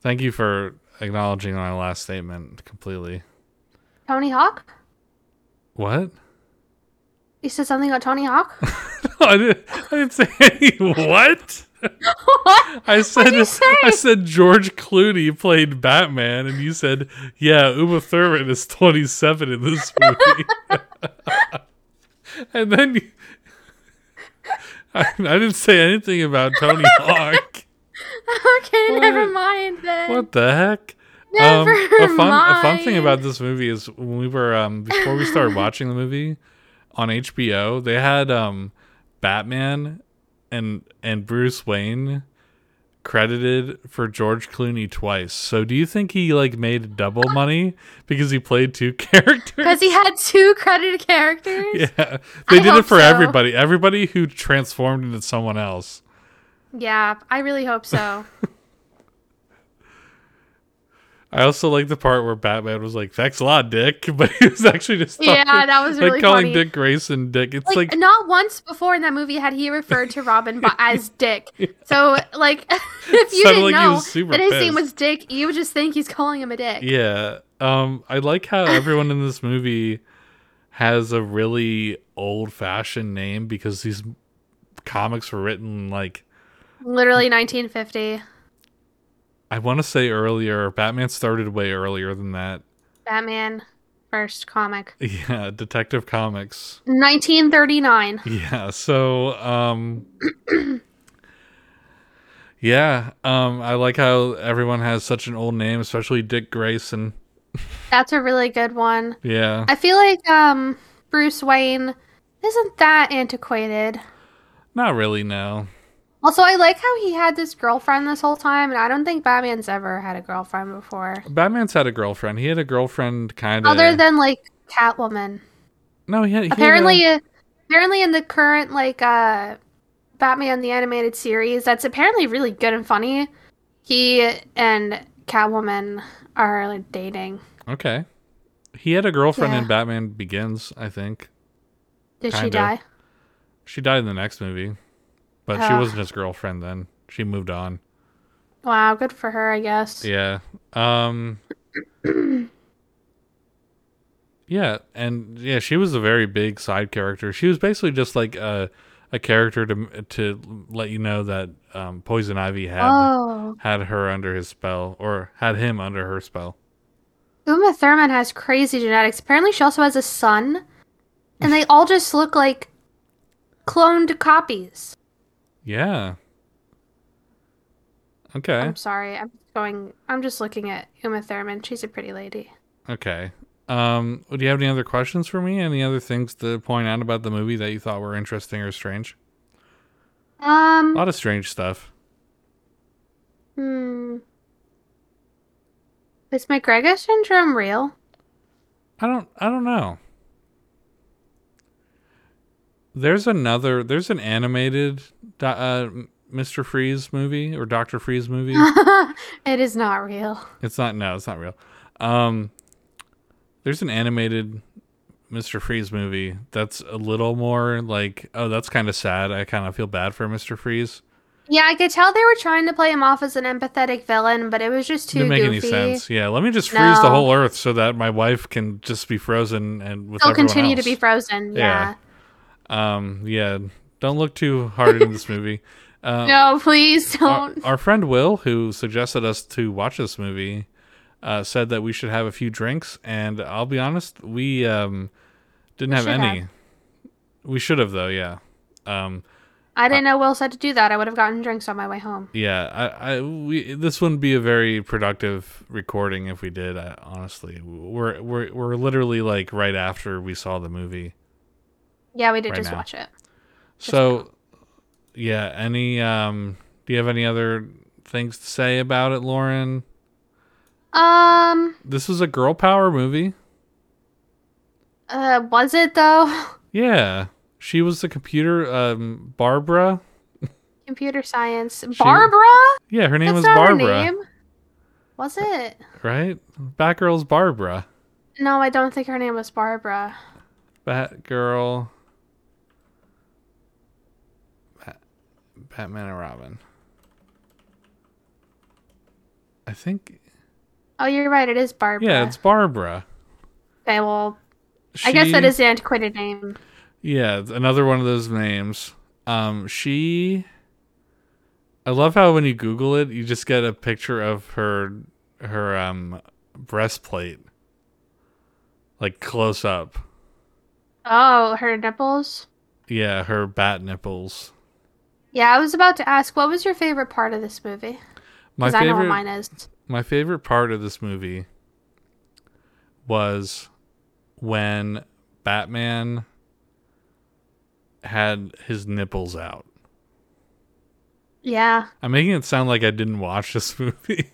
A: Thank you for acknowledging my last statement completely.
B: Tony Hawk?
A: What?
B: You said something about Tony Hawk?
A: I didn't, I didn't say any, what?
B: what?
A: I said
B: you say?
A: I said George Clooney played Batman, and you said, "Yeah, Uma Thurman is 27 in this movie." and then you, I, I didn't say anything about Tony Hawk.
B: Okay,
A: What?
B: never mind then.
A: What the heck? Um,
B: Never
A: a fun a fun thing
B: mind.
A: about this movie is when we were um, before we started watching the movie on HBO, they had um, Batman and and Bruce Wayne credited for George Clooney twice. So do you think he like made double money because he played two characters?
B: Because he had two credited characters?
A: Yeah. They
B: I
A: did it
B: hope
A: for
B: so.
A: everybody. Everybody who transformed into someone else.
B: Yeah, I really hope so.
A: I also like the part where Batman was like, "Thanks a lot, Dick," but he was actually just
B: Yeah,
A: talking-
B: that was
A: like
B: really
A: calling
B: funny.
A: Dick Grayson Dick. It's
B: like,
A: like,
B: not once before in that movie had he referred to Robin bu- as Dick. So, like, if
A: Sounded
B: you didn't
A: like he
B: know
A: was super
B: that his name
A: pissed.
B: was Dick, you would just think he's calling him a dick.
A: yeah. Um, I like how everyone in this movie has a really old-fashioned name because these comics were written like
B: Literally 1950.
A: I want to say earlier. Batman started way earlier than that.
B: Batman, first comic.
A: Yeah, Detective Comics.
B: 1939.
A: Yeah. So, um, yeah, um, I like how everyone has such an old name, especially Dick Grayson.
B: That's a really good one.
A: Yeah.
B: I feel like um Bruce Wayne isn't that antiquated.
A: Not really, no.
B: Also, I like how he had this girlfriend this whole time, and I don't think Batman's ever had a girlfriend before,
A: Batman's had a girlfriend. He had a girlfriend kind of.
B: other than like Catwoman.
A: no, he had, he had a-
B: Apparently, apparently in the current like uh Batman the animated series, that's apparently really good and funny. He and Catwoman are like dating.
A: okay. He had a girlfriend
B: Yeah.
A: in Batman Begins, I think.
B: Did she
A: Kinda.
B: die?
A: She died in the next movie, but she
B: Oh.
A: wasn't his girlfriend then. She moved on.
B: Wow, good for her, I guess.
A: Yeah. Um. yeah, and yeah, she was a very big side character. She was basically just like a a character to to let you know that um, Poison Ivy had
B: Oh,
A: had her under his spell or had him under her spell.
B: Uma Thurman has crazy genetics. Apparently, she also has a son, and they all just look like cloned copies.
A: Yeah. Okay.
B: I'm sorry. I'm going. I'm just looking at Uma Thurman. She's a pretty lady.
A: Okay. Um, do you have any other questions for me? Any other things to point out about the movie that you thought were interesting or strange?
B: Um.
A: A lot of strange stuff.
B: Hmm. Is McGregor syndrome real?
A: I don't I don't know. There's another there's an animated Do- uh, Mr. Freeze movie or Dr. Freeze movie.
B: it is not real.
A: it's not no, it's not real. Um there's an animated Mr. Freeze movie that's a little more like oh that's kind of sad. I kind of feel bad for Mr. Freeze.
B: Yeah, I could tell they were trying to play him off as an empathetic villain, but it was just too
A: Didn't make
B: goofy.
A: any sense. Yeah, let me just freeze the
B: No.
A: whole earth so that my wife can just be frozen and with
B: They'll
A: everyone
B: continue to
A: else.
B: be frozen.
A: Yeah.
B: Yeah.
A: Um, yeah, don't look too hard into this movie. Uh,
B: No, please
A: our,
B: don't.
A: our friend Will, who suggested us to watch this movie, uh, said that we should have a few drinks, and I'll be honest, we um, didn't have
B: should
A: any. We should have though, yeah. Um,
B: I didn't know Will said to do that. I would have gotten drinks on my way home.
A: yeah, I, I, we, this wouldn't be a very productive recording if we did. I, honestly, we're, we're, we're literally like right after we saw the movie.
B: Yeah, we did
A: Right
B: just
A: now.
B: watch it.
A: So, yeah. Any? Um, do you have any other things to say about it, Lauren?
B: Um,
A: This is a girl power movie.
B: uh, was it though?
A: Yeah, she was the computer. Um, Barbara.
B: Computer science. Barbara?
A: Yeah, her name
B: That's
A: was
B: not
A: Barbara,
B: her name. Was it?
A: right? Batgirl's Barbara.
B: No, I don't think her name was Barbara.
A: Batgirl. Bat- Batman and Robin. I think.
B: Oh, you're right. It is Barbara.
A: Yeah, it's Barbara.
B: okay, well, I guess that
A: She-
B: is the antiquated name.
A: Yeah, it's another one of those names. Um, she. I love how when you Google it, you just get a picture of her her um breastplate, like close up.
B: Oh, her nipples?
A: Yeah, her bat nipples.
B: Yeah, I was about to ask, what was your favorite part of this movie?
A: My
B: Because I know what
A: favorite,
B: mine is.
A: my favorite part of this movie was when Batman had his nipples out.
B: Yeah.
A: I'm making it sound like I didn't watch this movie.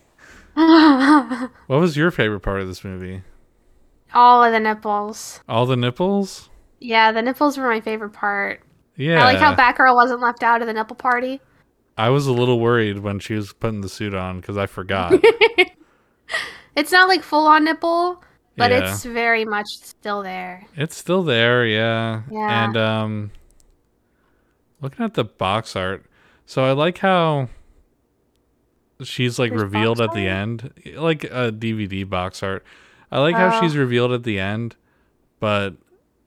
A: What was your favorite part of this movie?
B: All of the nipples.
A: All the nipples?
B: Yeah, the nipples were my favorite part.
A: Yeah.
B: I like how Batgirl wasn't left out of the nipple party.
A: I was a little worried when she was putting the suit on because I forgot.
B: It's not like full on nipple, but
A: Yeah.
B: it's very much still there.
A: It's still there, yeah.
B: Yeah.
A: And um looking at the box art, so I like how she's like
B: There's
A: revealed
B: box
A: at the
B: art?
A: end, like a DVD box art. I like how
B: Oh.
A: she's revealed at the end, but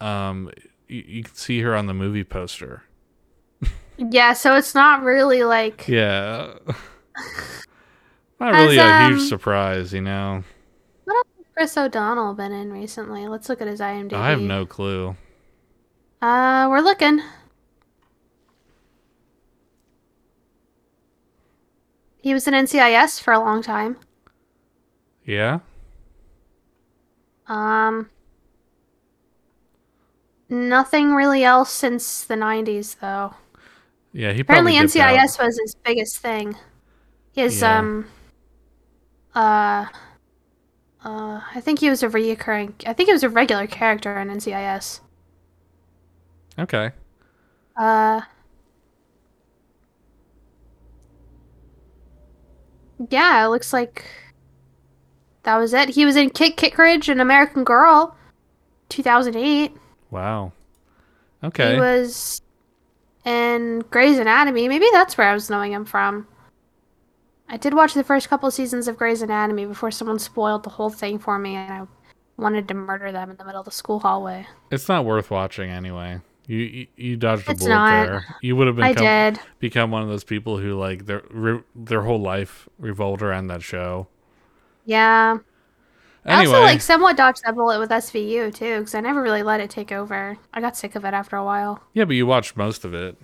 A: um you, you can see her on the movie poster.
B: Yeah, so it's not really like
A: Yeah. Not
B: Has,
A: really a
B: um,
A: huge surprise, you know.
B: Chris O'Donnell been in recently. Let's look at his IMDb.
A: I have no clue.
B: Uh, we're looking. He was in NCIS for a long time.
A: Yeah?
B: Um, nothing really else since the '90s, though.
A: Yeah, he probably
B: Apparently,
A: dipped out.
B: NCIS was his biggest thing. His
A: Yeah.
B: um, uh, uh, I think he was a reoccurring. I think he was a regular character in NCIS.
A: Okay.
B: Uh. Yeah, it looks like that was it. He was in Kick Kickridge and American Girl, 2008.
A: Wow. Okay.
B: He was in Grey's Anatomy. Maybe that's where I was knowing him from. I did watch the first couple seasons of Grey's Anatomy before someone spoiled the whole thing for me, and I wanted to murder them in the middle of the school hallway.
A: It's not worth watching anyway. You you, you dodged a
B: It's
A: bullet
B: not.
A: there. You would have
B: I
A: become,
B: did.
A: become one of those people who like their re, their whole life revolved around that show.
B: Yeah.
A: Anyway,
B: I also like somewhat dodged that bullet with SVU too, because I never really let it take over. I got sick of it after a while.
A: yeah, but you watched most of it.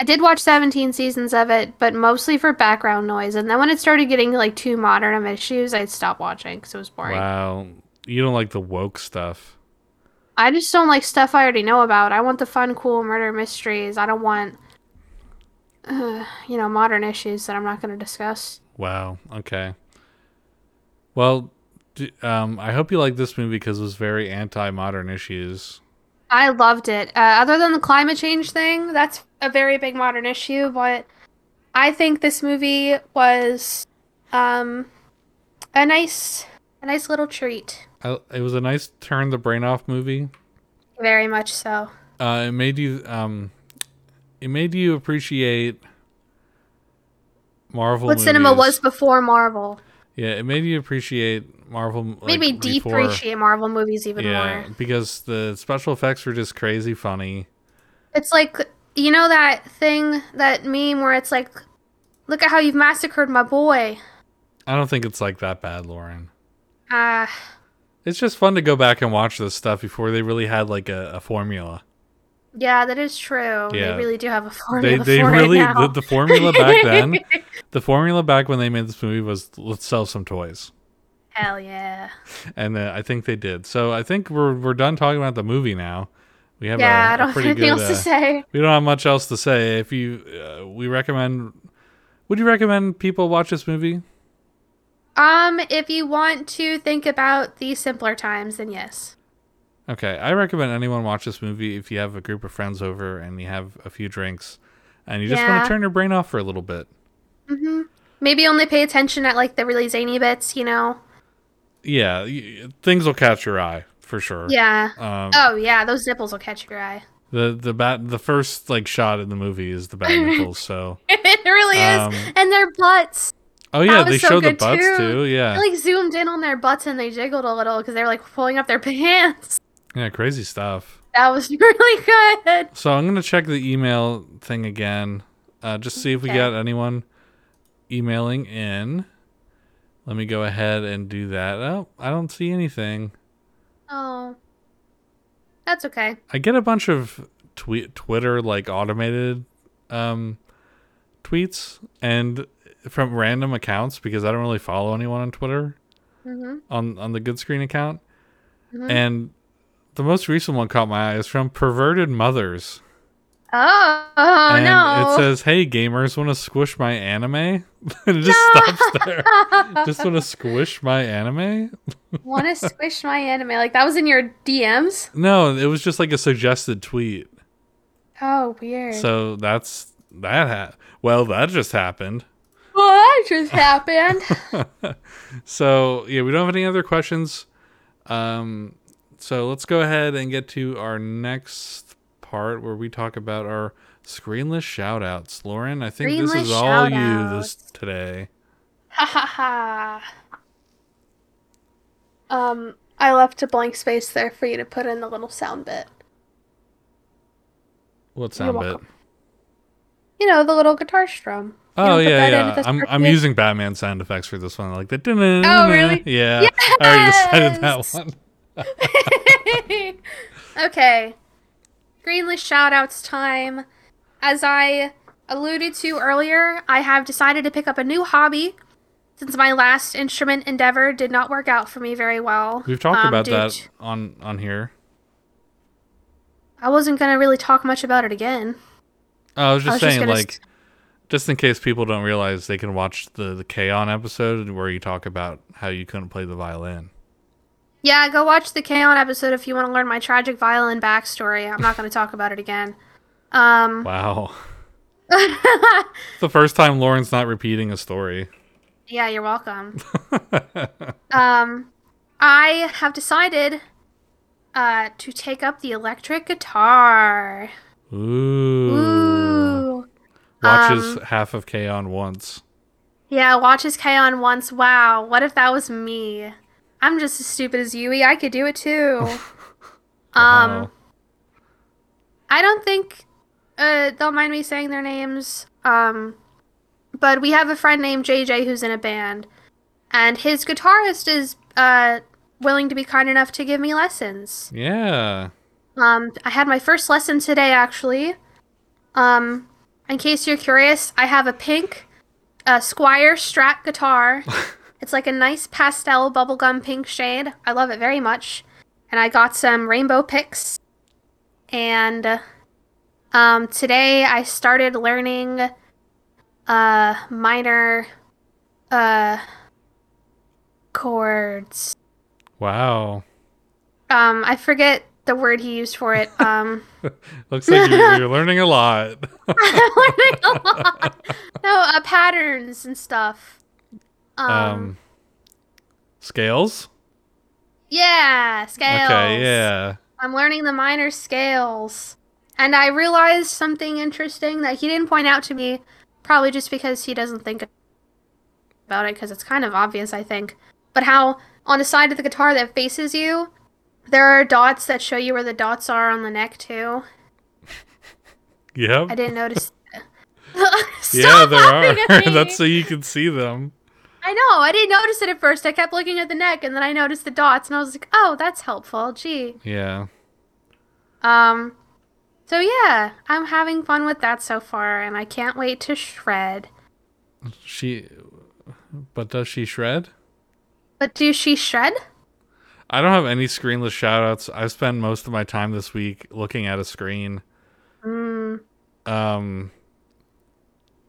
B: I did watch 17 seasons of it, but mostly for background noise. And then when it started getting like too modern of issues, I'd stop watching because it was boring.
A: Wow, You don't like the woke stuff.
B: I just don't like stuff I already know about. I want the fun, cool murder mysteries. I don't want, uh, you know, modern issues that I'm not going to discuss.
A: Wow. Okay. Well, d- um, I hope you like this movie because it was very anti-modern issues.
B: I loved it. Uh, other than the climate change thing, that's a very big modern issue, but I think this movie was um, a nice, a nice little treat.
A: I, it was a nice turn the brain off movie.
B: Very much so.
A: Uh, it made you um, it made you appreciate Marvel.
B: What cinema
A: movies.
B: was before Marvel
A: Yeah, it made you appreciate Marvel.
B: made
A: like,
B: me
A: before-
B: depreciate Marvel movies even
A: Yeah,
B: more.
A: because the special effects were just crazy funny.
B: It's like you know that thing, that meme where it's like, "Look at how you've massacred my boy."
A: I don't think it's like that bad, Lauren.
B: Uh,
A: It's just fun to go back and watch this stuff before they really had like a, a formula.
B: yeah, that is true.
A: Yeah.
B: They really do have a
A: They
B: formula
A: they
B: for
A: really
B: it now.
A: the, the formula back then. the formula back when they made this movie was let's sell some toys,
B: Hell yeah.
A: and uh, I think they did. So I think we're we're done talking about the movie now. We have
B: yeah,
A: a,
B: I
A: a
B: don't have
A: pretty
B: anything
A: good.
B: else to
A: uh,
B: say.
A: we don't have much else to say. If you, uh, we recommend. Would you recommend people watch this movie?
B: Um, if you want to think about the simpler times, then yes.
A: Okay, I recommend anyone watch this movie if you have a group of friends over and you have a few drinks, and you just want
B: Yeah.
A: to turn your brain off for a little bit.
B: Maybe only pay attention at like the really zany bits, you know?
A: Yeah, y- things will catch your eye for sure.
B: Yeah.
A: Um,
B: Oh yeah, those nipples will catch your eye.
A: the the bat the first like shot in the movie is the bat nipples. So
B: it really
A: Um,
B: is. And their butts.
A: oh yeah,
B: was
A: they
B: so
A: showed the
B: good,
A: butts too.
B: too.
A: Yeah,
B: I like zoomed in on their butts and they jiggled a little because they were like pulling up their pants.
A: yeah, crazy stuff.
B: That was really good.
A: So I'm gonna check the email thing again, uh, just see if we
B: Okay.
A: got anyone emailing in. Let me go ahead and do that. Oh, I don't see anything.
B: Oh. That's okay.
A: I get a bunch of tweet Twitter like automated um, tweets and from random accounts because I don't really follow anyone on Twitter
B: Mm-hmm.
A: on on the Good Screen account.
B: Mhm.
A: And the most recent one caught my eye is from Perverted Mothers.
B: Oh, oh
A: and
B: no.
A: it says, "Hey gamers, want to squish my anime?" and it just stops there. just want to squish my anime?
B: Want to squish my anime? Like that was in your DMs?
A: No, it was just like a suggested tweet.
B: Oh, weird.
A: So that's that. Ha- well, that just happened.
B: well, that just happened.
A: So yeah, we don't have any other questions. Um, so let's go ahead and get to our next part where we talk about our screenless shoutouts. Lauren, I think this is
B: Screenless
A: all you this today.
B: ha ha ha. Um, I left a blank space there for you to put in the little sound bit.
A: What sound bit?
B: welcome. You know, the little guitar strum. You
A: Oh
B: don't put
A: yeah,
B: that in
A: yeah.
B: at the
A: I'm
B: start
A: I'm
B: of the-
A: using Batman sound effects for this one, like the.
B: Oh, really?
A: Yeah. I already decided
B: Yes!
A: that one.
B: okay. Greenless shoutouts time. As I alluded to earlier, I have decided to pick up a new hobby since my last instrument endeavor did not work out for me very well.
A: We've talked
B: Um,
A: about
B: due
A: that
B: to-
A: on on here.
B: I wasn't going to really talk much about it again.
A: I was just
B: was just
A: saying,
B: gonna
A: like,
B: s-
A: just in case people don't realize, they can watch the the K-On! episode where you talk about how you couldn't play the violin.
B: Yeah, go watch the Kaon episode if you want to learn my tragic violin backstory. I'm not going to talk about it again. Um,
A: Wow. It's the first time Lauren's not repeating a story.
B: Yeah, you're welcome. um, I have decided uh, to take up the electric guitar.
A: Ooh.
B: Ooh. um,
A: Watches half of K-On! once.
B: Yeah, watches K-On! once. Wow, what if that was me? I'm just as stupid as Yui. I could do it too.
A: Wow.
B: um, I don't think uh, they'll mind me saying their names. Um, but we have a friend named JJ who's in a band, and his guitarist is uh, willing to be kind enough to give me lessons.
A: Yeah.
B: Um, I had my first lesson today, actually. Um, in case you're curious, I have a pink uh, Squire Strat guitar It's like a nice pastel bubblegum pink shade. I love it very much. And I got some rainbow picks. And um, today I started learning uh, minor uh, chords.
A: Wow.
B: Um, I forget the word he used for it. Um,
A: Looks like you're, you're learning a lot.
B: I'm learning a lot. No, uh, patterns and stuff. Um,
A: Um, scales?
B: yeah, scales.
A: Okay, yeah.
B: I'm learning the minor scales. And I realized something interesting that he didn't point out to me, probably just because he doesn't think about it, because it's kind of obvious, I think. But how on the side of the guitar that faces you, there are dots that show you where the dots are on the neck, too.
A: Yep.
B: I didn't notice.
A: yeah,
B: Stop
A: there
B: laughing at
A: are.
B: me!
A: That's so you can see them.
B: I know. I didn't notice it at first. I kept looking at the neck, and then I noticed the dots, and I was like, "Oh, that's helpful." Gee.
A: Yeah.
B: Um. So yeah, I'm having fun with that so far, and I can't wait to shred.
A: She but does she shred?
B: But do she shred?
A: I don't have any screenless shoutouts. I've spent most of my time this week looking at a screen.
B: Mm,
A: Um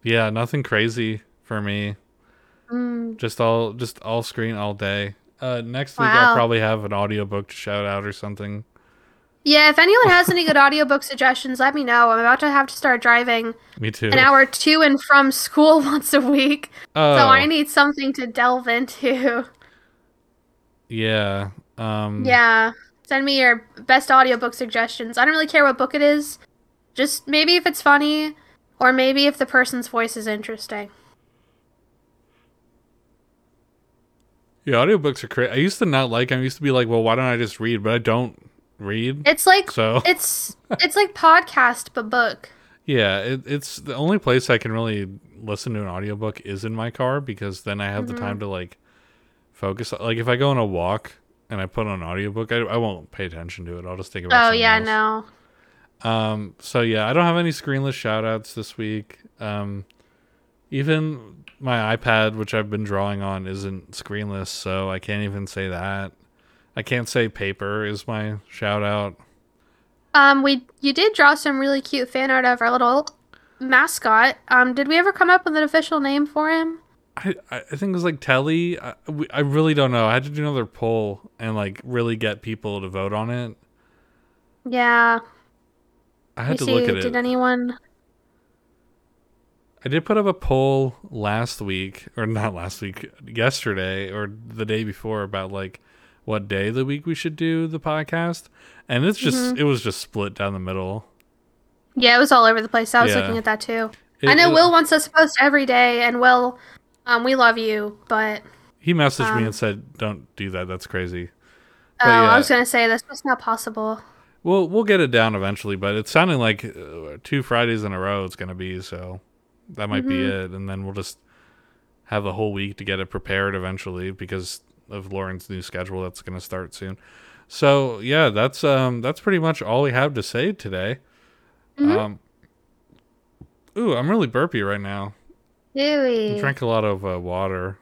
A: Yeah, nothing crazy for me.
B: mm.
A: Just all just all screen all day. Uh next week I'll
B: Wow.
A: probably have an audiobook to shout out or something.
B: Yeah. If anyone has any good audiobook suggestions, let me know. I'm about to have to start driving
A: Me too.
B: an hour to and from school once a week,
A: oh,
B: so I need something to delve into.
A: yeah. Um
B: Yeah. Send me your best audiobook suggestions. I don't really care what book it is. Just maybe if it's funny or maybe if the person's voice is interesting.
A: Yeah, audiobooks are crazy. I used to not like 'em. I used to be like, well, why don't I just read? But I don't read.
B: It's like
A: So
B: it's it's like podcast but book.
A: yeah, it, it's the only place I can really listen to an audiobook is in my car because then I have the
B: Mhm.
A: time to like focus. Like if I go on a walk and I put on an audiobook, I, I won't pay attention to it. I'll just think about.
B: Oh
A: something
B: yeah,
A: else.
B: no.
A: Um, so yeah, I don't have any screenless shout outs this week. Um, even my iPad, which I've been drawing on, isn't screenless, so I can't even say that. I can't say paper is my shout out.
B: Um we you did draw some really cute fan art of our little mascot. Um did we ever come up with an official name for him?
A: I, I I think it was like Telly. I, we- I really don't know. I had to do another poll and like really get people to vote on it.
B: Yeah.
A: I
B: We
A: had to
B: see
A: look at
B: did
A: it.
B: anyone
A: I did put up a poll last week, or not last week, yesterday or the day before about like what day of the week we should do the podcast, and it's just
B: Mm-hmm.
A: it was just split down the middle.
B: Yeah, it was all over the place. I was
A: Yeah.
B: looking at that too. I
A: It-
B: know
A: it-
B: Will wants us to post every day, and Will, um, we love you, but
A: He messaged me
B: um,
A: and said, "Don't do that. That's crazy."
B: oh,
A: But yeah.
B: I was gonna say that's just not possible.
A: We'll we'll get it down eventually, but it's sounding like uh, two Fridays in a row it's gonna be. So that might be it, and then we'll just have a whole week to get it prepared eventually because of Lauren's new schedule that's gonna start soon. So yeah, that's um that's pretty much all we have to say today.
B: Mhm.
A: Um, ooh, I'm really burpy right now. I
B: Really?
A: drank a lot of uh, water.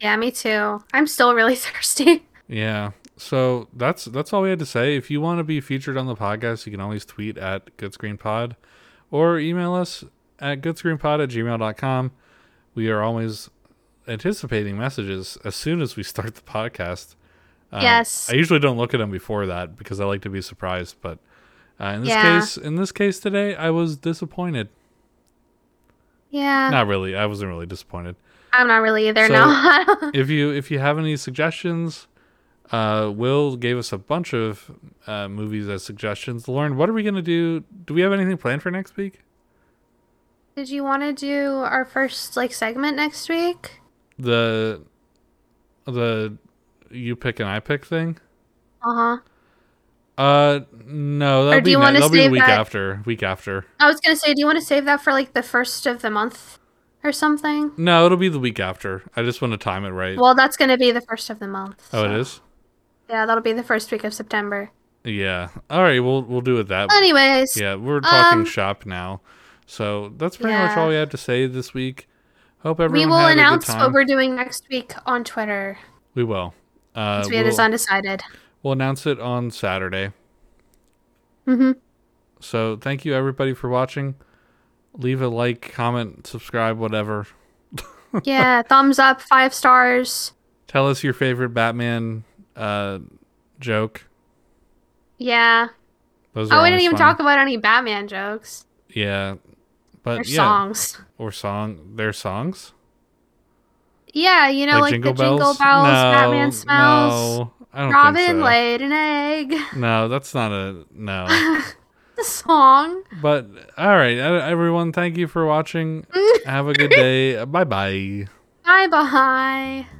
B: Yeah, me too. I'm still really thirsty.
A: Yeah. So that's that's all we had to say. If you want to be featured on the podcast, you can always tweet at Good Screen Pod or email us at goodscreenpod at gmail.com. We are always anticipating messages as soon as we start the podcast. Um,
B: Yes.
A: I usually don't look at them before that because I like to be surprised, but uh, in this
B: Yeah.
A: case in this case today I was disappointed.
B: Yeah,
A: Not really. I wasn't really disappointed.
B: I'm not really either.
A: So-
B: no.
A: if you if you have any suggestions uh will gave us a bunch of uh movies as suggestions lauren what are we gonna do do we have anything planned for next week
B: Did you want to do our first like segment next week?
A: the the you pick and i pick thing
B: Uh huh.
A: uh no
B: Or
A: that'll
B: do
A: be
B: you
A: ne-
B: wanna
A: that'll be the
B: save
A: week
B: that-
A: after week after
B: I was gonna say, do you want to save that for like the first of the month or something?
A: no it'll be the week after i just want to time it right
B: Well, that's gonna be the first of the month.
A: oh it
B: so-
A: is
B: Yeah, that'll be the first week of September.
A: yeah all right we'll we'll do it that
B: Anyways,
A: Yeah, we're talking
B: Uh, Um,
A: shop now. So that's pretty much
B: yeah.
A: all we have to say this week. Hope everyone
B: we will
A: had a good
B: announce
A: time.
B: what we're doing next week on Twitter.
A: We will. Uh,
B: since we
A: we'll,
B: it is undecided.
A: we'll announce it on Saturday.
B: hmm
A: So thank you everybody for watching. Leave a like, comment, subscribe, whatever.
B: yeah, thumbs up, five stars.
A: Tell us your favorite Batman uh, joke.
B: Yeah.
A: Those are
B: Oh, we didn't
A: always
B: even
A: fun.
B: talk about any Batman jokes
A: Yeah, but Uh,
B: or
A: yeah,
B: songs.
A: or song. Their songs.
B: Yeah, you know, like, the jingle bells, Batman smells,
A: No, I don't think
B: Robin
A: so.
B: laid an egg.
A: No, that's not a no.
B: the song.
A: but all right, e- everyone, thank you for watching. Have a good day. Bye bye.
B: Bye bye.